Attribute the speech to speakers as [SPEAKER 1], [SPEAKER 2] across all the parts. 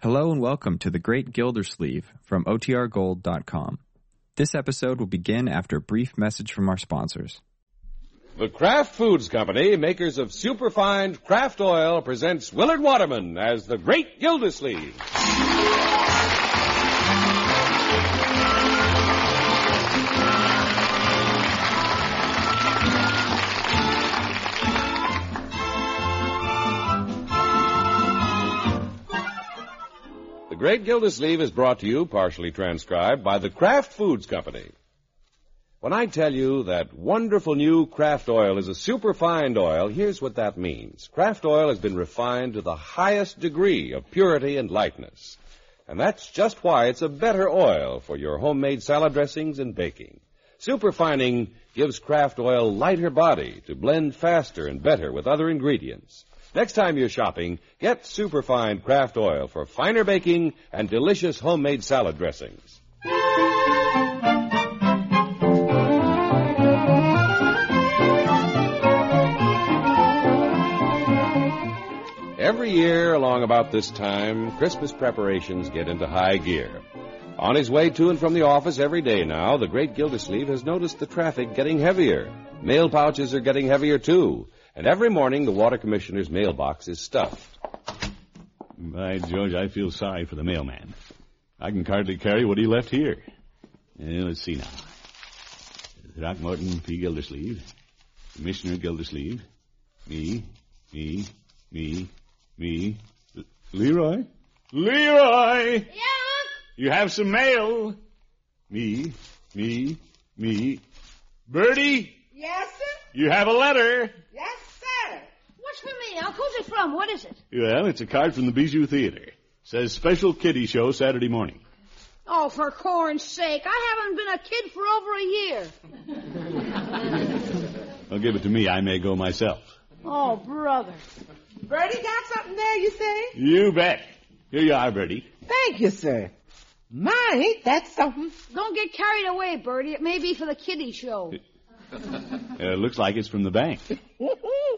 [SPEAKER 1] Hello and welcome to The Great Gildersleeve from OTRGold.com. This episode will begin after a brief message from our sponsors.
[SPEAKER 2] The Kraft Foods Company, makers of superfine Kraft Oil, presents Willard Waterman as the Great Gildersleeve. The Great Gildersleeve is brought to you, partially transcribed, by the Kraft Foods Company. When I tell you that wonderful new Kraft oil is a superfine oil, here's what that means. Kraft oil has been refined to the highest degree of purity and lightness. And that's just why it's a better oil for your homemade salad dressings and baking. Superfining gives Kraft oil lighter body to blend faster and better with other ingredients. Next time you're shopping, get superfine Kraft oil for finer baking and delicious homemade salad dressings. Every year, along about this time, Christmas preparations get into high gear. On his way to and from the office every day now, the great Gildersleeve has noticed the traffic getting heavier. Mail pouches are getting heavier, too. And every morning, the water commissioner's mailbox is stuffed.
[SPEAKER 3] By George, I feel sorry for the mailman. I can hardly carry what he left here. Eh, let's see now. Throckmorton P. Gildersleeve. Commissioner Gildersleeve. Me. Me. Me. Me. L- Leroy? Leroy!
[SPEAKER 4] Yeah, Unc.
[SPEAKER 3] You have some mail. Me. Me. Me. Bertie,
[SPEAKER 4] Yes, sir.
[SPEAKER 3] you have a letter.
[SPEAKER 4] Yes, sir. What's for me, Unc? Who's it from? What is it?
[SPEAKER 3] Well, it's a card from the Bijou Theater. Says special kiddie show Saturday morning.
[SPEAKER 4] Oh, for corn's sake! I haven't been a kid for over a year.
[SPEAKER 3] Well, give it to me. I may go myself.
[SPEAKER 4] Oh, brother.
[SPEAKER 5] Bertie got something there, you say?
[SPEAKER 3] You bet. Here you are, Bertie.
[SPEAKER 5] Thank you, sir. My, ain't that something?
[SPEAKER 4] Don't get carried away, Bertie. It may be for the kiddie show.
[SPEAKER 3] Uh, looks like it's from the bank.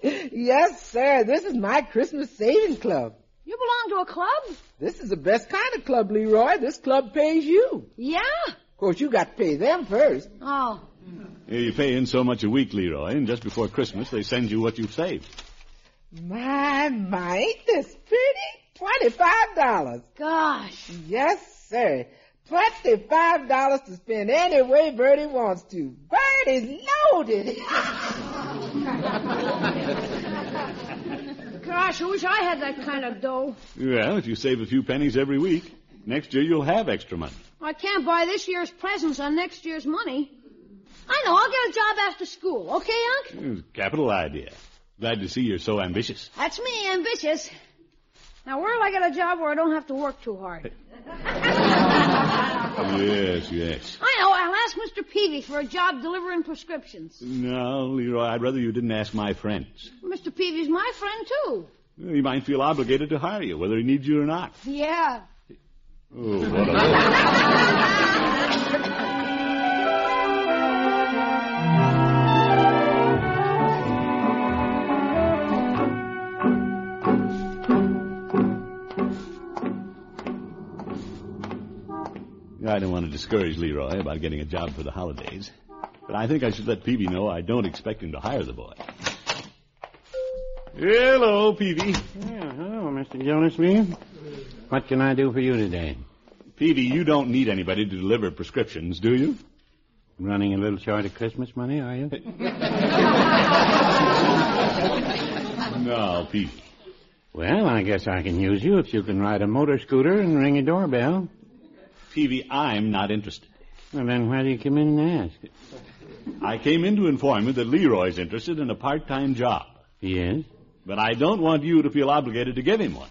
[SPEAKER 5] yes, sir. This is my Christmas saving club.
[SPEAKER 4] You belong to a club?
[SPEAKER 5] This is the best kind of club, Leroy. This club pays you.
[SPEAKER 4] Yeah?
[SPEAKER 5] Of course, you got to pay them first.
[SPEAKER 4] Oh.
[SPEAKER 3] Uh, You pay in so much a week, Leroy, and just before Christmas they send you what you've saved.
[SPEAKER 5] My, my, ain't this pretty? Twenty-five dollars.
[SPEAKER 4] Gosh.
[SPEAKER 5] Yes, sir. Twenty-five dollars to spend any way Bertie wants to. Bertie's loaded.
[SPEAKER 4] Gosh, I wish I had that kind of dough.
[SPEAKER 3] Well, if you save a few pennies every week, next year you'll have extra money.
[SPEAKER 4] I can't buy this year's presents on next year's money. I know, I'll get a job after school, okay, Unc?
[SPEAKER 3] It's a Hmm, Capital idea. Glad to see you're so ambitious.
[SPEAKER 4] That's me, ambitious. Now, where'll I get a job where I don't have to work too hard?
[SPEAKER 3] Yes, yes.
[SPEAKER 4] I know. I'll ask Mr. Peavy for a job delivering prescriptions.
[SPEAKER 3] No, Leroy, I'd rather you didn't ask my friends.
[SPEAKER 4] Mr. Peavy's my friend, too.
[SPEAKER 3] He might feel obligated to hire you, whether he needs you or not.
[SPEAKER 4] Yeah.
[SPEAKER 3] Oh, what a... I don't want to discourage Leroy about getting a job for the holidays, but I think I should let Peavy know I don't expect him to hire the boy. Hello, Peavy.
[SPEAKER 6] Yeah, hello, Mr. Gildersleeve. What can I do for you today?
[SPEAKER 3] Peavy, you don't need anybody to deliver prescriptions, do you?
[SPEAKER 6] Running a little short of Christmas money, are you?
[SPEAKER 3] No, Peavy.
[SPEAKER 6] Well, I guess I can use you if you can ride a motor scooter and ring a doorbell.
[SPEAKER 3] Peavy, I'm not interested.
[SPEAKER 6] Well, then why do you come in and ask?
[SPEAKER 3] I came in to inform you that Leroy's interested in a part-time job,
[SPEAKER 6] Yes?
[SPEAKER 3] but I don't want you to feel obligated to give him one.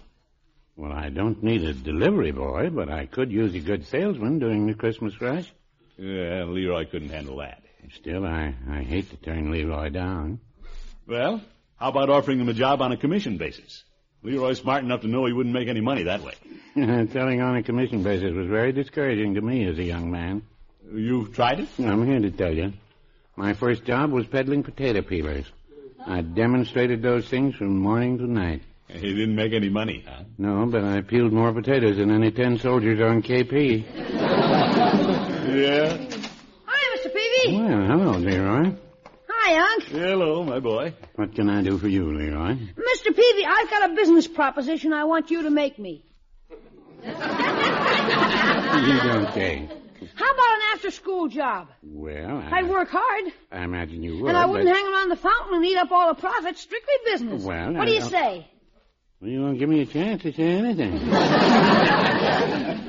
[SPEAKER 6] Well, I don't need a delivery boy, but I could use a good salesman during the Christmas rush.
[SPEAKER 3] Yeah, Leroy couldn't handle that.
[SPEAKER 6] Still, I, I hate to turn Leroy down.
[SPEAKER 3] Well, how about offering him a job on a commission basis? Leroy's smart enough to know he wouldn't make any money that way.
[SPEAKER 6] Selling on a commission basis was very discouraging to me as a young man.
[SPEAKER 3] You've tried it?
[SPEAKER 6] I'm here to tell you. My first job was peddling potato peelers. I demonstrated those things from morning to night.
[SPEAKER 3] He didn't make any money, huh?
[SPEAKER 6] No, but I peeled more potatoes than any ten soldiers on KP.
[SPEAKER 3] Yeah.
[SPEAKER 4] Hi, Mr. Peavy.
[SPEAKER 6] Well, hello, Leroy.
[SPEAKER 4] Hi, Unc.
[SPEAKER 3] Hello, my boy.
[SPEAKER 6] What can I do for you, Leroy?
[SPEAKER 4] Mr. Peavy, I've got a business proposition I want you to make me.
[SPEAKER 6] You don't think.
[SPEAKER 4] How about an after-school job?
[SPEAKER 6] Well, I,
[SPEAKER 4] I'd work hard,
[SPEAKER 6] I imagine you would.
[SPEAKER 4] and I wouldn't
[SPEAKER 6] but
[SPEAKER 4] hang around the fountain and eat up all the profits. Strictly business.
[SPEAKER 6] Well,
[SPEAKER 4] what do you
[SPEAKER 6] I-
[SPEAKER 4] say?
[SPEAKER 6] You won't give me a chance to say anything.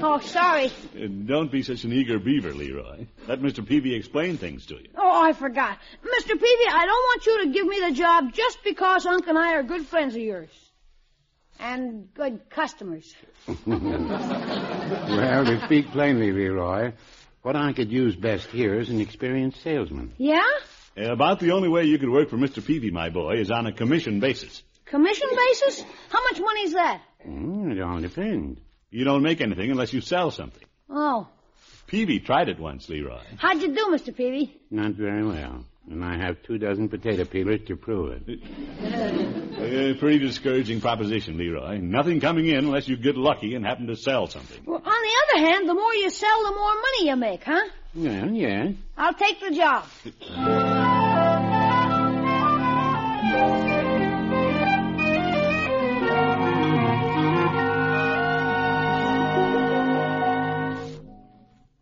[SPEAKER 4] Oh, sorry.
[SPEAKER 3] Uh, don't be such an eager beaver, Leroy. Let Mr. Peavy explain things to you.
[SPEAKER 4] Oh, I forgot. Mr. Peavy, I don't want you to give me the job just because Unc and I are good friends of yours. And good customers.
[SPEAKER 6] well, to speak plainly, Leroy, what I could use best here is an experienced salesman.
[SPEAKER 4] Yeah?
[SPEAKER 3] Uh, About the only way you could work for Mr. Peavy, my boy, is on a commission basis.
[SPEAKER 4] Commission basis? How much money's that?
[SPEAKER 6] Mm, it all depends.
[SPEAKER 3] You don't make anything unless you sell something.
[SPEAKER 4] Oh.
[SPEAKER 3] Peavy tried it once, Leroy.
[SPEAKER 4] How'd you do, Mr. Peavy?
[SPEAKER 6] Not very well. And I have two dozen potato peelers to prove it.
[SPEAKER 3] Uh, pretty discouraging proposition, Leroy. Nothing coming in unless you get lucky and happen to sell something.
[SPEAKER 4] Well, on the other hand, the more you sell, the more money you make, huh?
[SPEAKER 6] Well, yes.
[SPEAKER 4] I'll take the job.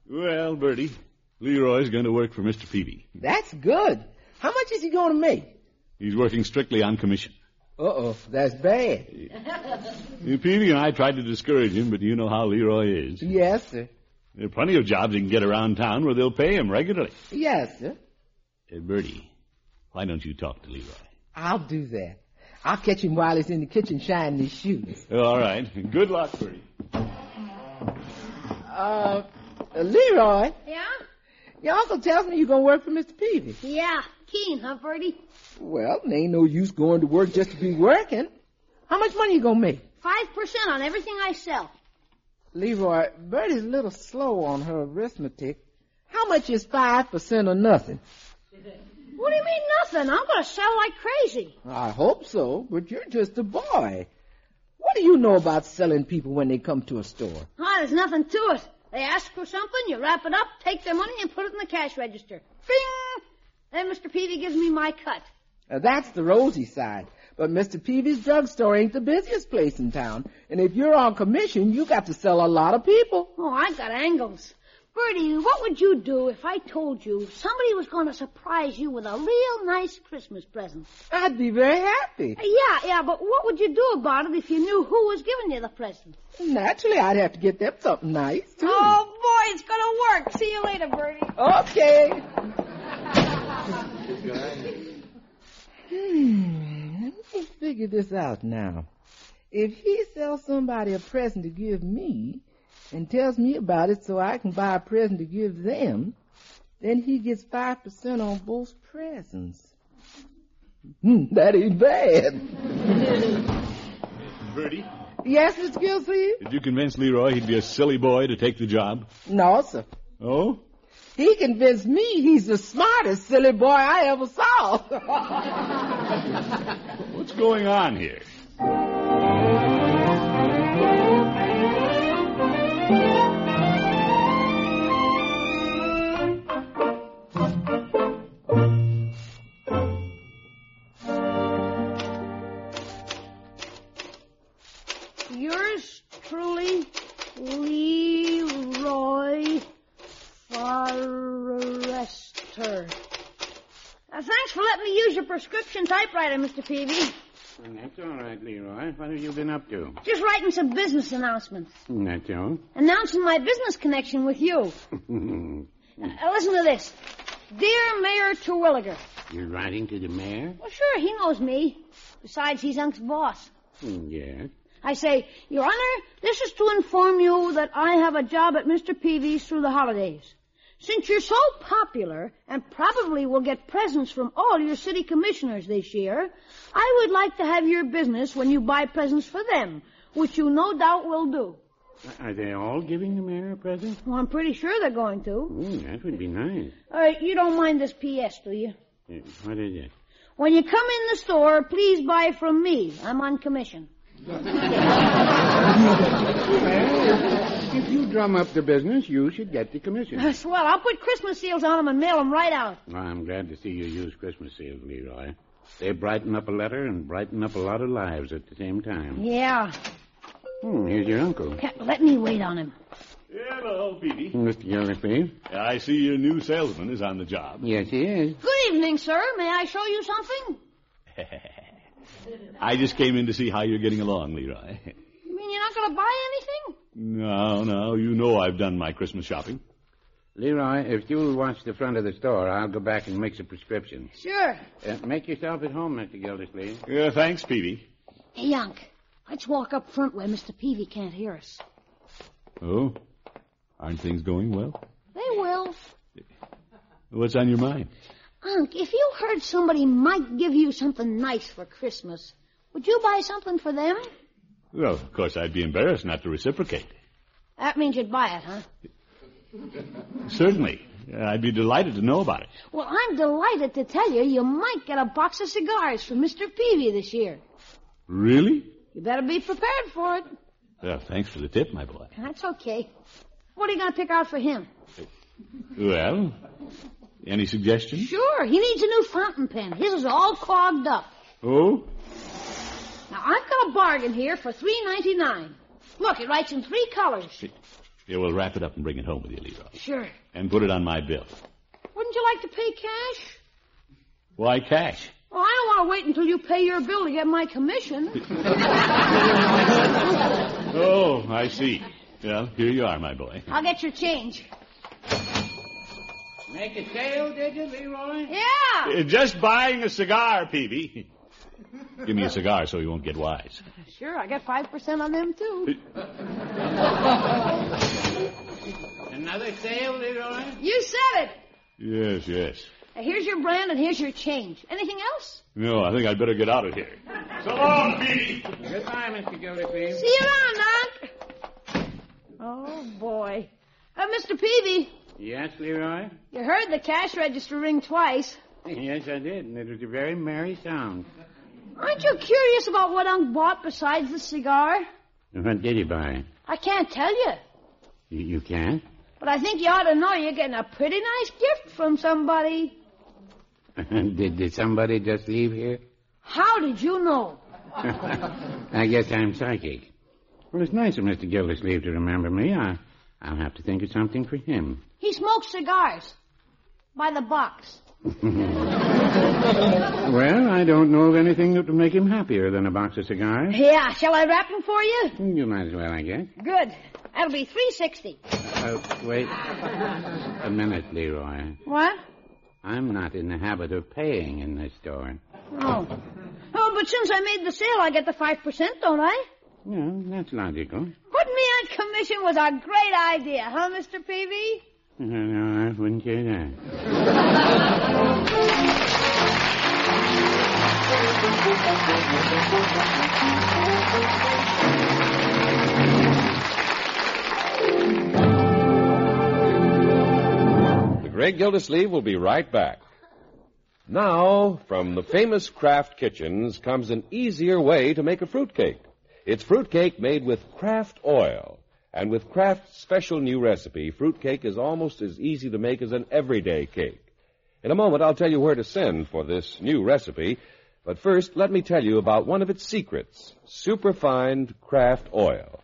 [SPEAKER 3] Well, Bertie, Leroy's going to work for Mr. Peavy.
[SPEAKER 5] That's good. How much is he going to make?
[SPEAKER 3] He's working strictly on commission.
[SPEAKER 5] Uh-oh, that's bad.
[SPEAKER 3] Uh, Peavy and I tried to discourage him, but you know how Leroy is.
[SPEAKER 5] Yes, sir.
[SPEAKER 3] There are plenty of jobs he can get around town where they'll pay him regularly.
[SPEAKER 5] Yes, sir.
[SPEAKER 3] Uh, Bertie, why don't you talk to Leroy?
[SPEAKER 5] I'll do that. I'll catch him while he's in the kitchen shining his shoes.
[SPEAKER 3] All right. Good luck, Bertie.
[SPEAKER 5] Uh, Leroy,
[SPEAKER 4] Yeah?
[SPEAKER 5] your uncle tells me you're going to work for Mr. Peavy.
[SPEAKER 4] Yeah. Keen, huh, Bertie?
[SPEAKER 5] Well, there ain't no use going to work just to be working. How much money you going to make?
[SPEAKER 4] Five percent on everything I sell.
[SPEAKER 5] Leroy, Bertie's a little slow on her arithmetic. How much is 5% or nothing?
[SPEAKER 4] What do you mean nothing? I'm gonna sell like crazy.
[SPEAKER 5] I hope so, but you're just a boy. What do you know about selling people when they come to a store?
[SPEAKER 4] Ah, there's nothing to it. They ask for something, you wrap it up, take their money, and put it in the cash register. Bing! Then Mr. Peavy gives me my cut.
[SPEAKER 5] Now, that's the rosy side. But Mr. Peavy's drugstore ain't the busiest place in town. And if you're on commission, you got to sell a lot of people.
[SPEAKER 4] Oh, I've got angles. Bertie, what would you do if I told you somebody was gonna surprise you with a real nice Christmas present?
[SPEAKER 5] I'd be very happy.
[SPEAKER 4] Uh, Yeah, yeah, but what would you do about it if you knew who was giving you the present?
[SPEAKER 5] Naturally, I'd have to get them something nice, too.
[SPEAKER 4] Oh boy, it's gonna work. See you later, Bertie.
[SPEAKER 5] Okay. Hmm, Hmm, let me figure this out now. If he sells somebody a present to give me and tells me about it so I can buy a present to give them, then he gets 5% on both presents. Hmm, that ain't bad.
[SPEAKER 3] Bertie?
[SPEAKER 5] Yes, Mr. Gilsey?
[SPEAKER 3] Did you convince Leroy he'd be a silly boy to take the job?
[SPEAKER 5] No, sir.
[SPEAKER 3] Oh?
[SPEAKER 5] He convinced me he's the smartest silly boy I ever saw.
[SPEAKER 3] What's going on here?
[SPEAKER 4] Yours truly, Leroy Forrester. Uh, thanks for letting me use your prescription typewriter, Mr. Peavy.
[SPEAKER 6] That's all right, Leroy. What have you been up to?
[SPEAKER 4] Just writing some business announcements.
[SPEAKER 6] That's all.
[SPEAKER 4] Announcing my business connection with you. Uh, listen to this. Dear Mayor Terwilliger.
[SPEAKER 6] You're writing to the mayor?
[SPEAKER 4] Well, sure, he knows me. Besides, he's Unc's boss.
[SPEAKER 6] Mm, Yes.
[SPEAKER 4] I say, Your Honor, this is to inform you that I have a job at Mr. Peavy's through the holidays. Since you're so popular and probably will get presents from all your city commissioners this year, I would like to have your business when you buy presents for them, which you no doubt will do.
[SPEAKER 6] Are they all giving the mayor a present?
[SPEAKER 4] Well, I'm pretty sure they're going to.
[SPEAKER 6] Mm, that would be nice.
[SPEAKER 4] Uh, you don't mind this P.S., do you?
[SPEAKER 6] Uh, What is it?
[SPEAKER 4] When you come in the store, please buy from me. I'm on commission.
[SPEAKER 6] If you drum up the business, you should get the commission.
[SPEAKER 4] Swell, I'll put Christmas seals on 'em and mail 'em right out.
[SPEAKER 6] I'm glad to see you use Christmas seals, Leroy. They brighten up a letter and brighten up a lot of lives at the same time.
[SPEAKER 4] Yeah.
[SPEAKER 6] Hmm, here's your uncle.
[SPEAKER 4] Can't let me wait on him.
[SPEAKER 3] Hello, Petey.
[SPEAKER 6] Mr. Gillespie.
[SPEAKER 3] I see your new salesman is on the job.
[SPEAKER 6] Yes, he is.
[SPEAKER 4] Good evening, sir. May I show you something?
[SPEAKER 3] I just came in to see how you're getting along, Leroy.
[SPEAKER 4] You mean you're not going to buy anything?
[SPEAKER 3] No, no, you know I've done my Christmas shopping.
[SPEAKER 6] Leroy, if you'll watch the front of the store, I'll go back and mix a prescription.
[SPEAKER 4] Sure.
[SPEAKER 6] Uh, make yourself at home, Mr. Gildersleeve.
[SPEAKER 3] Yeah, thanks, Peavy.
[SPEAKER 4] Hey, Yonk, let's walk up front where Mr. Peavy can't hear us.
[SPEAKER 3] Oh, aren't things going well?
[SPEAKER 4] They will.
[SPEAKER 3] What's on your mind?
[SPEAKER 4] Unc, if you heard somebody might give you something nice for Christmas, would you buy something for them?
[SPEAKER 3] Well, of course, I'd be embarrassed not to reciprocate.
[SPEAKER 4] That means you'd buy it, huh?
[SPEAKER 3] Certainly. I'd be delighted to know about it.
[SPEAKER 4] Well, I'm delighted to tell you you might get a box of cigars from Mr. Peavy this year.
[SPEAKER 3] Really?
[SPEAKER 4] You better be prepared for it.
[SPEAKER 3] Well, thanks for the tip, my boy.
[SPEAKER 4] That's okay. What are you going to pick out for him?
[SPEAKER 3] Well, any suggestions?
[SPEAKER 4] Sure, he needs a new fountain pen. His is all clogged up.
[SPEAKER 3] Oh?
[SPEAKER 4] Now I've got a bargain here for three ninety nine. Look, it writes in three colors.
[SPEAKER 3] Yeah, we'll wrap it up and bring it home with you, Leroy.
[SPEAKER 4] Sure.
[SPEAKER 3] And put it on my bill.
[SPEAKER 4] Wouldn't you like to pay cash?
[SPEAKER 3] Why cash?
[SPEAKER 4] Well, I don't want to wait until you pay your bill to get my commission.
[SPEAKER 3] Oh, I see. Well, here you are, my boy.
[SPEAKER 4] I'll get your change.
[SPEAKER 6] Make a sale, did you, Leroy?
[SPEAKER 4] Yeah.
[SPEAKER 3] Uh, Just buying a cigar, Peavy. Give me a cigar so you won't get wise.
[SPEAKER 4] Sure, I get five percent on them too.
[SPEAKER 6] Another sale, Leroy?
[SPEAKER 4] You said it.
[SPEAKER 3] Yes, yes.
[SPEAKER 4] Now, here's your brand and here's your change. Anything else?
[SPEAKER 3] No, I think I'd better get out of here. So long, Peavy.
[SPEAKER 6] Goodbye, Mr. Gildersleeve.
[SPEAKER 4] See you around, Unc. Oh boy. Uh, Mr. Peavy,
[SPEAKER 6] Yes, Leroy?
[SPEAKER 4] you heard the cash register ring twice.
[SPEAKER 6] Yes, I did, and it was a very merry sound.
[SPEAKER 4] Aren't you curious about what Unc bought besides the cigar?
[SPEAKER 6] What did he buy?
[SPEAKER 4] I can't tell you,
[SPEAKER 6] You, you can't?
[SPEAKER 4] but I think you ought to know you're getting a pretty nice gift from somebody.
[SPEAKER 6] did, did somebody just leave here?
[SPEAKER 4] How did you know?
[SPEAKER 6] I guess I'm psychic. Well, it's nice of Mr. Gildersleeve to remember me. I, I'll have to think of something for him.
[SPEAKER 4] He smokes cigars. By the box.
[SPEAKER 6] Well, I don't know of anything that would make him happier than a box of cigars. Hmm,
[SPEAKER 4] Yeah, shall I wrap them for you?
[SPEAKER 6] You might as well, I guess.
[SPEAKER 4] Good. That'll be three sixty.
[SPEAKER 6] Oh, wait a minute, Leroy.
[SPEAKER 4] What?
[SPEAKER 6] I'm not in the habit of paying in this store.
[SPEAKER 4] Oh. Oh, but since I made the sale, I get the five percent, don't I?
[SPEAKER 6] No, that's logical.
[SPEAKER 4] Putting me on commission was a great idea, huh, Mr. Peavy?
[SPEAKER 6] No, no, Uh, I wouldn't say that.
[SPEAKER 2] The Great Gildersleeve will be right back. Now, from the famous Kraft Kitchens comes an easier way to make a fruitcake. It's fruitcake made with Kraft oil. And with Kraft's special new recipe, fruitcake is almost as easy to make as an everyday cake. In a moment, I'll tell you where to send for this new recipe. But first, let me tell you about one of its secrets, superfine Kraft oil.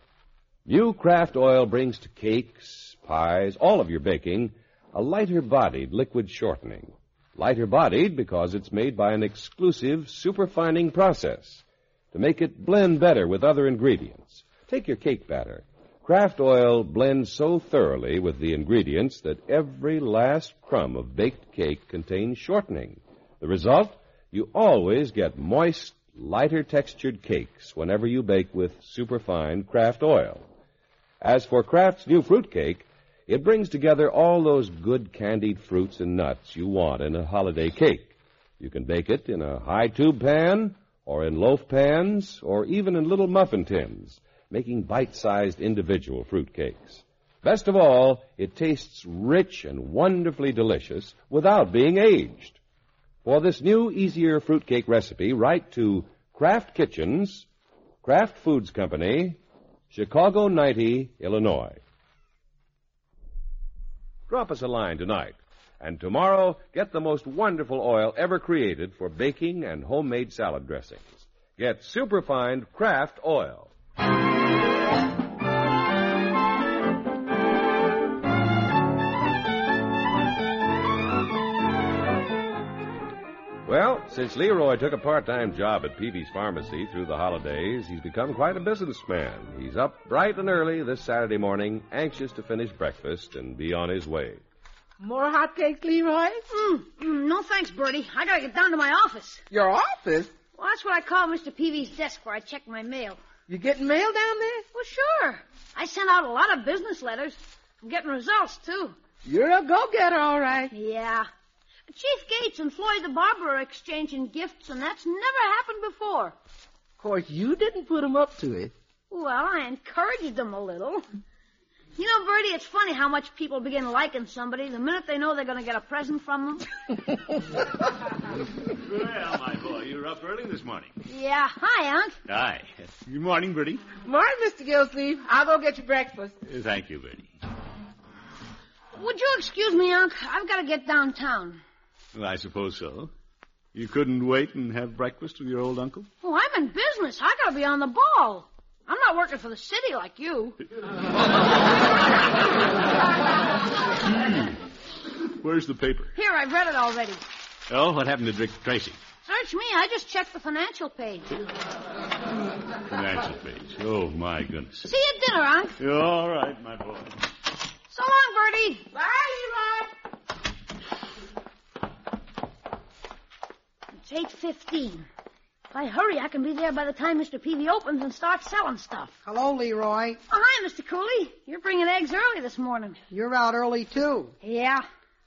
[SPEAKER 2] New Kraft Oil brings to cakes, pies, all of your baking, a lighter bodied liquid shortening. Lighter bodied because it's made by an exclusive superfining process to make it blend better with other ingredients. Take your cake batter. Kraft Oil blends so thoroughly with the ingredients that every last crumb of baked cake contains shortening. The result? You always get moist, lighter textured cakes whenever you bake with superfine Kraft Oil. As for Kraft's new fruit cake, it brings together all those good candied fruits and nuts you want in a holiday cake. You can bake it in a high tube pan, or in loaf pans, or even in little muffin tins, making bite-sized individual fruit cakes. Best of all, it tastes rich and wonderfully delicious without being aged. For this new, easier fruitcake recipe, write to Kraft Kitchens, Kraft Foods Company, Chicago 90, Illinois. Drop us a line tonight, and tomorrow get the most wonderful oil ever created for baking and homemade salad dressings. Get superfine Kraft Oil. Well, since Leroy took a part time job at Peavy's Pharmacy through the holidays, he's become quite a businessman. He's up bright and early this Saturday morning, anxious to finish breakfast and be on his way.
[SPEAKER 5] More hotcakes, Leroy?
[SPEAKER 4] Mm, mm, no thanks, Bertie. I gotta get down to my office.
[SPEAKER 5] Your office?
[SPEAKER 4] Well, that's what I call Mr. Peavy's desk where I check my mail.
[SPEAKER 5] You getting mail down there?
[SPEAKER 4] Well, sure. I sent out a lot of business letters. I'm getting results, too.
[SPEAKER 5] You're a go-getter, all right.
[SPEAKER 4] Yeah. Chief Gates and Floyd the Barber are exchanging gifts, and that's never happened before.
[SPEAKER 5] Of course, you didn't put 'em up to it.
[SPEAKER 4] Well, I encouraged them a little. You know, Bertie, it's funny how much people begin liking somebody the minute they know they're going to get a present from them.
[SPEAKER 3] Well, my boy, you're up early this morning.
[SPEAKER 4] yeah, hi, Unc.
[SPEAKER 3] Aye. Good morning, Bertie.
[SPEAKER 5] Morning, Mr. Gillsleeve. I'll go get you breakfast.
[SPEAKER 3] Uh, Thank you, Bertie.
[SPEAKER 4] Would you excuse me, Unc? I've got to get downtown.
[SPEAKER 3] Well, I suppose so. You couldn't wait and have breakfast with your old uncle?
[SPEAKER 4] Oh, I'm in business. I got to be on the ball. I'm not working for the city like you.
[SPEAKER 3] Where's the paper?
[SPEAKER 4] Here, I've read it already.
[SPEAKER 3] Oh, what happened to Dick Tracy?
[SPEAKER 4] Search me. I just checked the financial page.
[SPEAKER 3] Financial page. Oh, my goodness.
[SPEAKER 4] See you at dinner, Unc.
[SPEAKER 3] All right, my boy.
[SPEAKER 4] So long, Bertie. Bye, It's eight fifteen. If I hurry, I can be there by the time Mr. Peavy opens and starts selling stuff.
[SPEAKER 7] Hello, Leroy.
[SPEAKER 4] Oh, hi, Mr. Cooley. You're bringing eggs early this morning.
[SPEAKER 7] You're out early, too.
[SPEAKER 4] Yeah.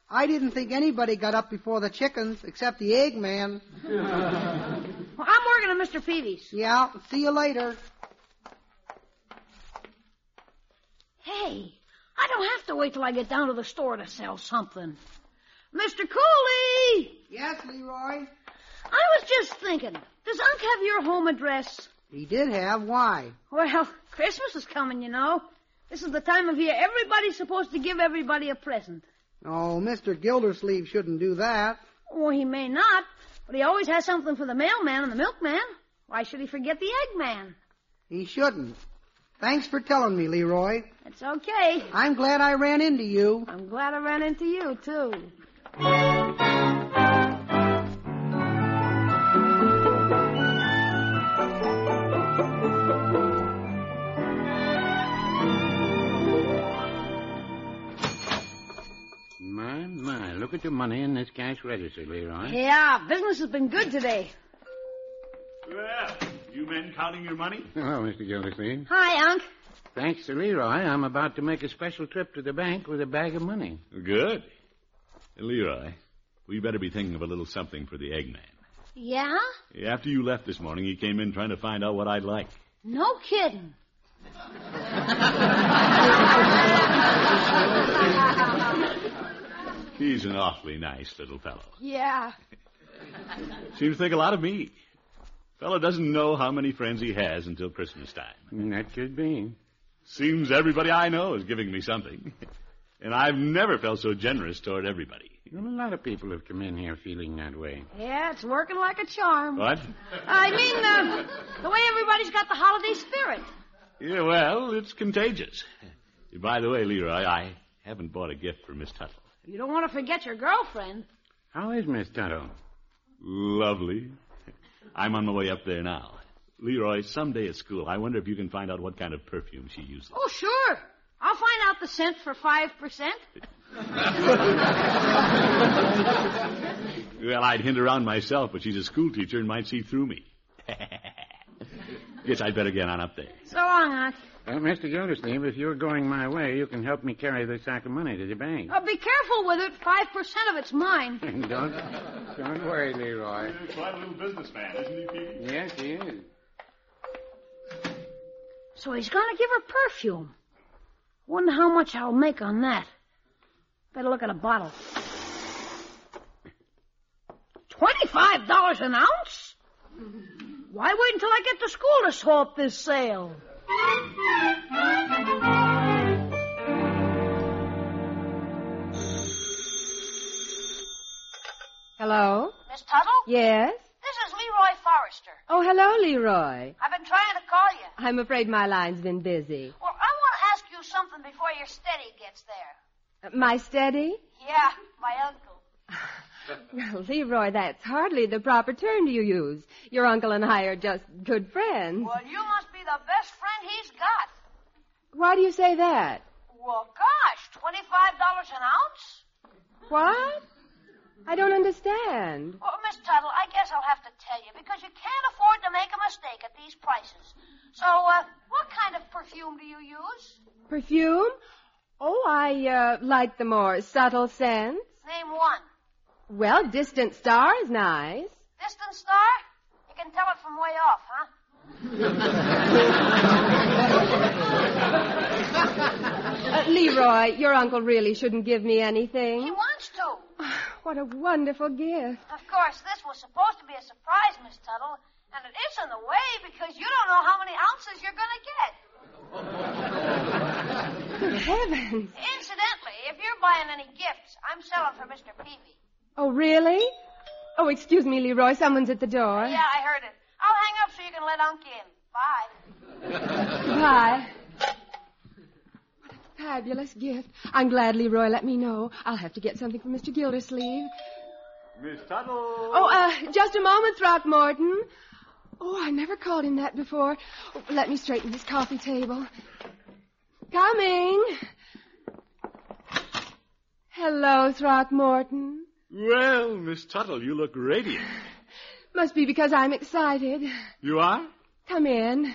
[SPEAKER 7] I didn't think anybody got up before the chickens except the Eggman.
[SPEAKER 4] Well, I'm working at Mr. Peavy's.
[SPEAKER 7] Yeah, see you later.
[SPEAKER 4] Hey, I don't have to wait till I get down to the store to sell something. Mr. Cooley,
[SPEAKER 7] Yes, Leroy.
[SPEAKER 4] I was just thinking, does Unc have your home address?
[SPEAKER 7] He did have. Why?
[SPEAKER 4] Well, Christmas is coming, you know. This is the time of year everybody's supposed to give everybody a present.
[SPEAKER 7] Oh, Mr. Gildersleeve shouldn't do that.
[SPEAKER 4] Or he may not, but he always has something for the mailman and the milkman. Why should he forget the eggman?
[SPEAKER 7] He shouldn't. Thanks for telling me, Leroy.
[SPEAKER 4] It's okay.
[SPEAKER 7] I'm glad I ran into you.
[SPEAKER 4] I'm glad I ran into you, too.
[SPEAKER 6] My, my, look at the money in this cash register, Leroy.
[SPEAKER 4] Yeah, business has been good today.
[SPEAKER 3] Well, you men counting your money?
[SPEAKER 6] Hello, Mr. Gildersleeve.
[SPEAKER 4] Hi, Unc.
[SPEAKER 6] Thanks to Leroy, I'm about to make a special trip to the bank with a bag of money.
[SPEAKER 3] Good. Leroy, we better be thinking of a little something for the Eggman.
[SPEAKER 4] Yeah?
[SPEAKER 3] After you left this morning, he came in trying to find out what I'd like.
[SPEAKER 4] No kidding.
[SPEAKER 3] He's an awfully nice little fellow.
[SPEAKER 4] Yeah.
[SPEAKER 3] Seems to think a lot of me. Fellow doesn't know how many friends he has until Christmas time.
[SPEAKER 6] And that could be.
[SPEAKER 3] Seems everybody I know is giving me something. And I've never felt so generous toward everybody.
[SPEAKER 6] A lot of people have come in here feeling that way.
[SPEAKER 4] Yeah, it's working like a charm.
[SPEAKER 3] What?
[SPEAKER 4] I mean, uh, the way everybody's got the holiday spirit.
[SPEAKER 3] Yeah, well, it's contagious. By the way, Leroy, I haven't bought a gift for Miss Tuttle.
[SPEAKER 4] You don't want to forget your girlfriend.
[SPEAKER 6] How is Miss Tuttle?
[SPEAKER 3] Lovely. I'm on my way up there now. Leroy, someday at school, I wonder if you can find out what kind of perfume she uses.
[SPEAKER 4] Oh, sure. I'll find out the scent for 5%.
[SPEAKER 3] Well, I'd hint around myself, but she's a school teacher and might see through me. Guess I'd better get on up there.
[SPEAKER 4] So long, Unc.
[SPEAKER 6] Uh, Mr. Gildersleeve, if you're going my way, you can help me carry this sack of money to the bank.
[SPEAKER 4] Uh, be careful with it. Five percent of it's mine.
[SPEAKER 6] don't, don't worry, Leroy.
[SPEAKER 3] Quite a little businessman, isn't he, Peavy?
[SPEAKER 6] Yes, he is.
[SPEAKER 4] So he's gonna give her perfume. Wonder how much I'll make on that. Better look at a bottle. Twenty-five dollars an ounce? Why wait until I get to school to sew up this sale?
[SPEAKER 8] Hello?
[SPEAKER 4] Miss Tuttle?
[SPEAKER 8] Yes?
[SPEAKER 4] This is Leroy Forrester.
[SPEAKER 8] Oh, hello, Leroy.
[SPEAKER 4] I've been trying to call you.
[SPEAKER 8] I'm afraid my line's been busy.
[SPEAKER 4] Well, I want to ask you something before your steady gets there.
[SPEAKER 8] Uh, My steady?
[SPEAKER 4] Yeah, my uncle.
[SPEAKER 8] Now, Leroy, that's hardly the proper term you use. Your uncle and I are just good friends.
[SPEAKER 4] Well, you must be the best friend he's got.
[SPEAKER 8] Why do you say that?
[SPEAKER 4] Well, gosh, $25 an ounce?
[SPEAKER 8] What? I don't understand.
[SPEAKER 4] Well, Miss Tuttle, I guess I'll have to tell you because you can't afford to make a mistake at these prices. So, uh, what kind of perfume do you use?
[SPEAKER 8] Perfume? Oh, I uh, like the more subtle scents.
[SPEAKER 4] Name one.
[SPEAKER 8] Well, distant star is nice.
[SPEAKER 4] Distant star? You can tell it from way off, huh?
[SPEAKER 8] Uh, Leroy, your uncle really shouldn't give me anything.
[SPEAKER 4] He wants to.
[SPEAKER 8] What a wonderful gift.
[SPEAKER 4] Of course, this was supposed to be a surprise, Miss Tuttle, and it is in a way because you don't know how many ounces you're going to get.
[SPEAKER 8] Good heavens.
[SPEAKER 4] Incidentally, if you're buying any gifts, I'm selling for Mr. Peavy.
[SPEAKER 8] Oh, really? Oh, excuse me, Leroy. Someone's at the door.
[SPEAKER 4] Yeah, I heard it. I'll hang up so you can let Unc in. Bye.
[SPEAKER 8] Goodbye. What a fabulous gift. I'm glad Leroy let me know. I'll have to get something for Mr. Gildersleeve.
[SPEAKER 3] Miss Tuttle.
[SPEAKER 8] Oh, uh, just a moment, Throckmorton. Oh, I never called him that before. Oh, let me straighten this coffee table. Coming. Hello, Throckmorton.
[SPEAKER 3] Well, Miss Tuttle, you look radiant.
[SPEAKER 8] Must be because I'm excited.
[SPEAKER 3] You are?
[SPEAKER 8] Come in.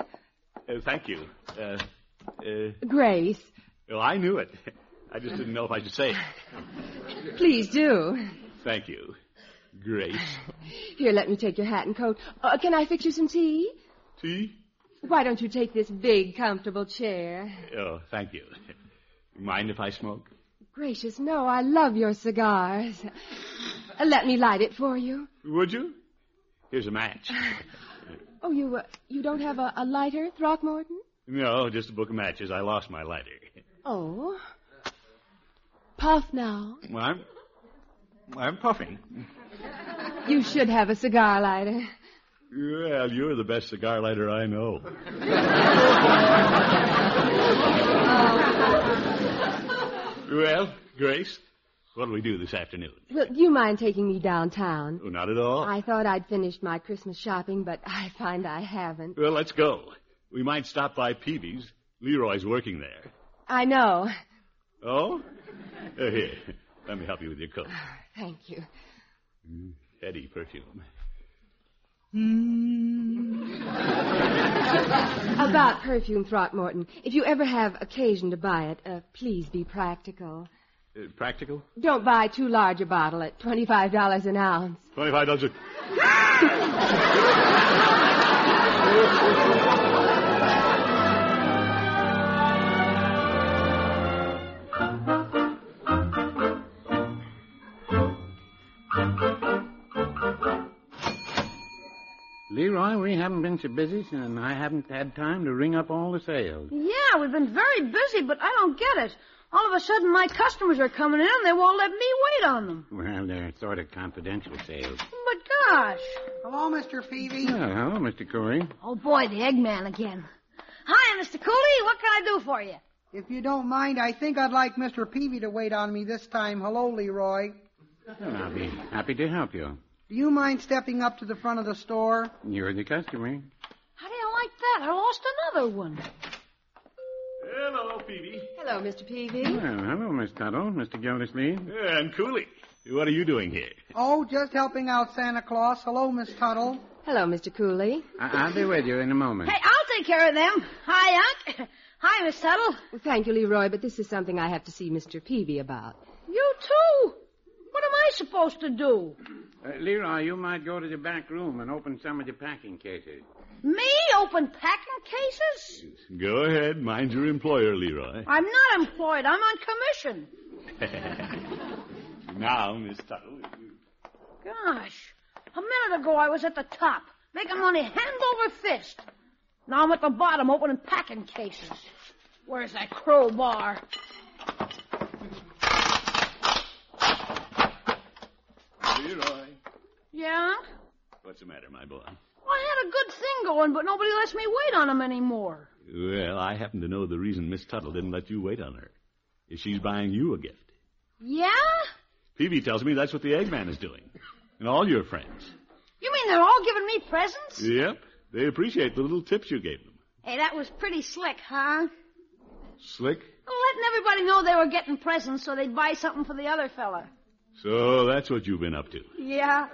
[SPEAKER 3] Uh, thank you. Uh, uh,
[SPEAKER 8] Grace,
[SPEAKER 3] well, I knew it. I just didn't know if I should say it.
[SPEAKER 8] please do.
[SPEAKER 3] Thank you. Grace.
[SPEAKER 8] Here, let me take your hat and coat. Uh, can I fix you some tea?
[SPEAKER 3] Tea?
[SPEAKER 8] Why don't you take this big, comfortable chair?
[SPEAKER 3] Oh, thank you. Mind if I smoke?
[SPEAKER 8] Gracious, no, I love your cigars. Uh, let me light it for you.
[SPEAKER 3] Would you? Here's a match.
[SPEAKER 8] Oh, you uh, you don't have a, a lighter, Throckmorton?
[SPEAKER 3] No, just a book of matches. I lost my lighter.
[SPEAKER 8] Oh. Puff now.
[SPEAKER 3] Well, I'm, I'm puffing.
[SPEAKER 8] You should have a cigar lighter.
[SPEAKER 3] Well, you're the best cigar lighter I know. well, Grace, what'll we do this afternoon?
[SPEAKER 8] Well, do you mind taking me downtown?
[SPEAKER 3] Oh, not at all.
[SPEAKER 8] I thought I'd finished my Christmas shopping, but I find I haven't.
[SPEAKER 3] Well, let's go. We might stop by Peavy's. Leroy's working there.
[SPEAKER 8] I know.
[SPEAKER 3] Oh? Uh, Here, let me help you with your coat.
[SPEAKER 8] Thank you.
[SPEAKER 3] Eddie perfume.
[SPEAKER 8] About perfume, Throckmorton. If you ever have occasion to buy it, uh, please be practical.
[SPEAKER 3] Uh, practical?
[SPEAKER 8] Don't buy too large a bottle at $25 an ounce.
[SPEAKER 3] Twenty-five dollars.
[SPEAKER 6] Leroy, we haven't been so busy, and I haven't had time to ring up all the sales.
[SPEAKER 4] Yeah, we've been very busy, but I don't get it. All of a sudden, my customers are coming in and they won't let me wait on them.
[SPEAKER 6] Well, they're sort of confidential sales.
[SPEAKER 4] But gosh.
[SPEAKER 7] Hello, Mr. Peavy.
[SPEAKER 6] Oh, hello, Mr. Corey.
[SPEAKER 4] Oh boy, the Eggman again. Hi, Mr. Cooley. What can I do for you?
[SPEAKER 7] If you don't mind, I think I'd like Mr. Peavy to wait on me this time. Hello, Leroy.
[SPEAKER 6] Well, I'll be happy to help you.
[SPEAKER 7] Do you mind stepping up to the front of the store?
[SPEAKER 6] You're the customer.
[SPEAKER 4] How do you like that? I lost another one.
[SPEAKER 3] Hello, Peavy.
[SPEAKER 8] Hello, Mr.
[SPEAKER 6] Well,
[SPEAKER 8] Peavy.
[SPEAKER 6] hello, Miss Tuttle, Mr. Gildersleeve.
[SPEAKER 3] And Cooley. What are you doing here?
[SPEAKER 7] Oh, just helping out Santa Claus. Hello, Miss Tuttle.
[SPEAKER 8] Hello, Mr. Cooley.
[SPEAKER 6] I- I'll be with you in a moment.
[SPEAKER 4] Hey, I'll take care of them. Hi, Unc. Hi, Miss Tuttle.
[SPEAKER 8] Well, thank you, Leroy, but this is something I have to see Mr. Peavy about.
[SPEAKER 4] You too. What am I supposed to do?
[SPEAKER 6] Uh, Leroy, you might go to the back room and open some of the packing cases.
[SPEAKER 4] Me open packing cases?
[SPEAKER 3] Go ahead. Mind your employer, Leroy.
[SPEAKER 4] I'm not employed. I'm on commission.
[SPEAKER 3] Now, Miss Tuttle.
[SPEAKER 4] Gosh. A minute ago I was at the top. making money hand over fist. Now I'm at the bottom opening packing cases. Where's that crowbar?
[SPEAKER 3] Leroy.
[SPEAKER 4] Yeah?
[SPEAKER 3] What's the matter, my boy?
[SPEAKER 4] Well, I had a good thing going, but nobody lets me wait on him anymore.
[SPEAKER 3] Well, I happen to know the reason Miss Tuttle didn't let you wait on her. Is she's buying you a gift.
[SPEAKER 4] Yeah?
[SPEAKER 3] Peavy tells me that's what the Eggman is doing. And all your friends.
[SPEAKER 4] You mean they're all giving me presents?
[SPEAKER 3] Yep. They appreciate the little tips you gave them.
[SPEAKER 4] Hey, that was pretty slick, huh?
[SPEAKER 3] Slick.
[SPEAKER 4] Letting everybody know they were getting presents so they'd buy something for the other fella.
[SPEAKER 3] So that's what you've been up to.
[SPEAKER 4] Yeah,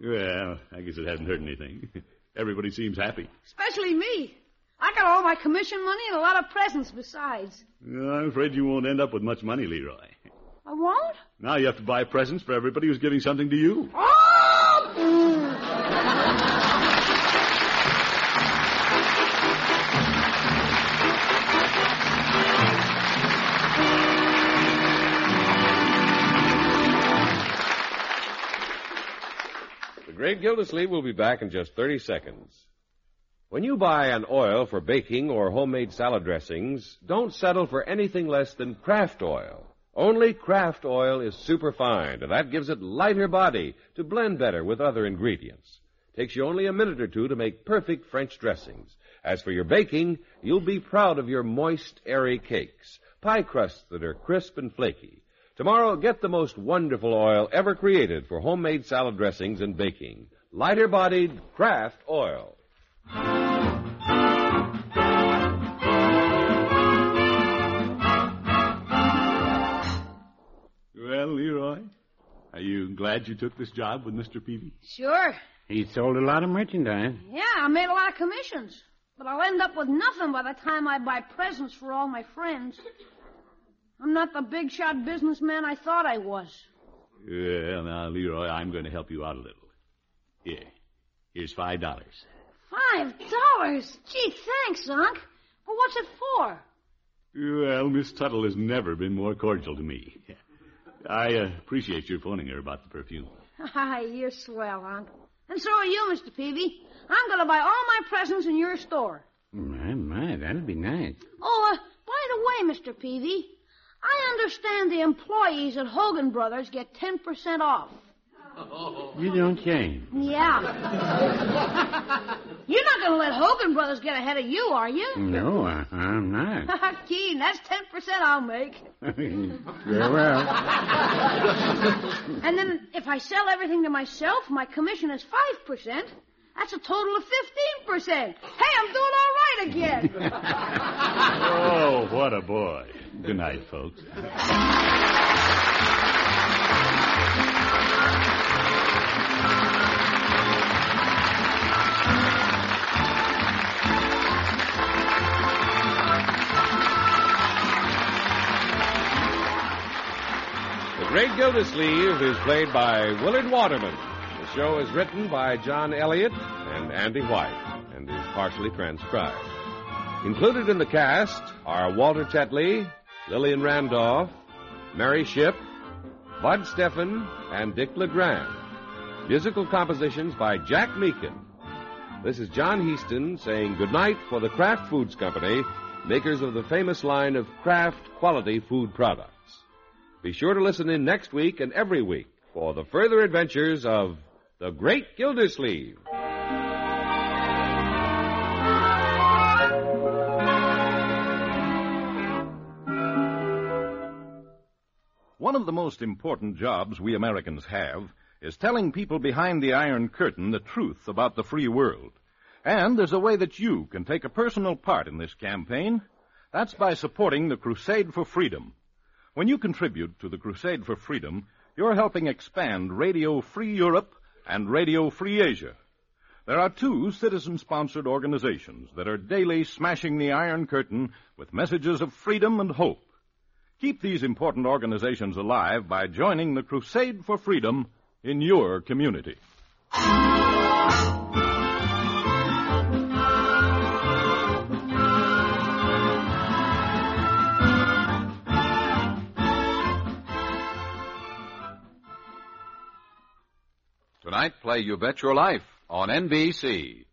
[SPEAKER 3] Well, I guess it hasn't hurt anything. Everybody seems happy.
[SPEAKER 4] especially me. I got all my commission money and a lot of presents besides.
[SPEAKER 3] Well, I'm afraid you won't end up with much money, Leroy.
[SPEAKER 4] I won't?
[SPEAKER 3] Now you have to buy presents for everybody who's giving something to you.
[SPEAKER 4] Oh! mm.
[SPEAKER 2] The Great Gildersleeve will be back in just 30 seconds. When you buy an oil for baking or homemade salad dressings, don't settle for anything less than craft oil. Only craft oil is superfine, and that gives it lighter body to blend better with other ingredients. Takes you only a minute or two to make perfect French dressings. As for your baking, you'll be proud of your moist, airy cakes, pie crusts that are crisp and flaky. Tomorrow, get the most wonderful oil ever created for homemade salad dressings and baking. Lighter bodied Kraft Oil.
[SPEAKER 3] Well, Leroy, are you glad you took this job with Mr. Peavy?
[SPEAKER 4] Sure.
[SPEAKER 6] He sold a lot of merchandise.
[SPEAKER 4] Yeah, I made a lot of commissions. But I'll end up with nothing by the time I buy presents for all my friends. I'm not the big shot businessman I thought I was.
[SPEAKER 3] Well, now, Leroy, I'm going to help you out a little. Here. Here's five dollars.
[SPEAKER 4] Five dollars? Gee, thanks, Unc. But what's it for?
[SPEAKER 3] Well, Miss Tuttle has never been more cordial to me. I uh, appreciate your phoning her about the perfume.
[SPEAKER 4] Ah, you're swell, Unc. And so are you, Mr. Peavy. I'm going to buy all my presents in your store.
[SPEAKER 6] My, my, that'd be nice.
[SPEAKER 4] Oh, uh, by the way, Mr. Peavy, I understand the employees at Hogan Brothers get 10% off.
[SPEAKER 6] You don't change.
[SPEAKER 4] Yeah. you're not going to let Hogan Brothers get ahead of you, are you?
[SPEAKER 6] No, I, I'm not.
[SPEAKER 4] Keen, that's 10% I'll make.
[SPEAKER 6] Very well.
[SPEAKER 4] And then if I sell everything to myself, my commission is 5%. That's a total of 15%. Hey, I'm doing all right again.
[SPEAKER 3] Oh, what a boy. Good night, folks.
[SPEAKER 2] The Great Gildersleeve is played by Willard Waterman. The show is written by John Elliott and Andy White and is partially transcribed. Included in the cast are Walter Tetley, Lillian Randolph, Mary Ship, Bud Steffen, and Dick LeGrand. Musical compositions by Jack Meakin. This is John Heaston saying goodnight for the Kraft Foods Company, makers of the famous line of Kraft quality food products. Be sure to listen in next week and every week for the further adventures of the Great Gildersleeve.
[SPEAKER 9] One of the most important jobs we Americans have is telling people behind the Iron Curtain the truth about the free world. And there's a way that you can take a personal part in this campaign. That's by supporting the Crusade for Freedom. When you contribute to the Crusade for Freedom, you're helping expand Radio Free Europe and Radio Free Asia. There are two citizen sponsored organizations that are daily smashing the Iron Curtain with messages of freedom and hope. Keep these important organizations alive by joining the Crusade for Freedom in your community.
[SPEAKER 10] Tonight, play You Bet Your Life.
[SPEAKER 2] on NBC.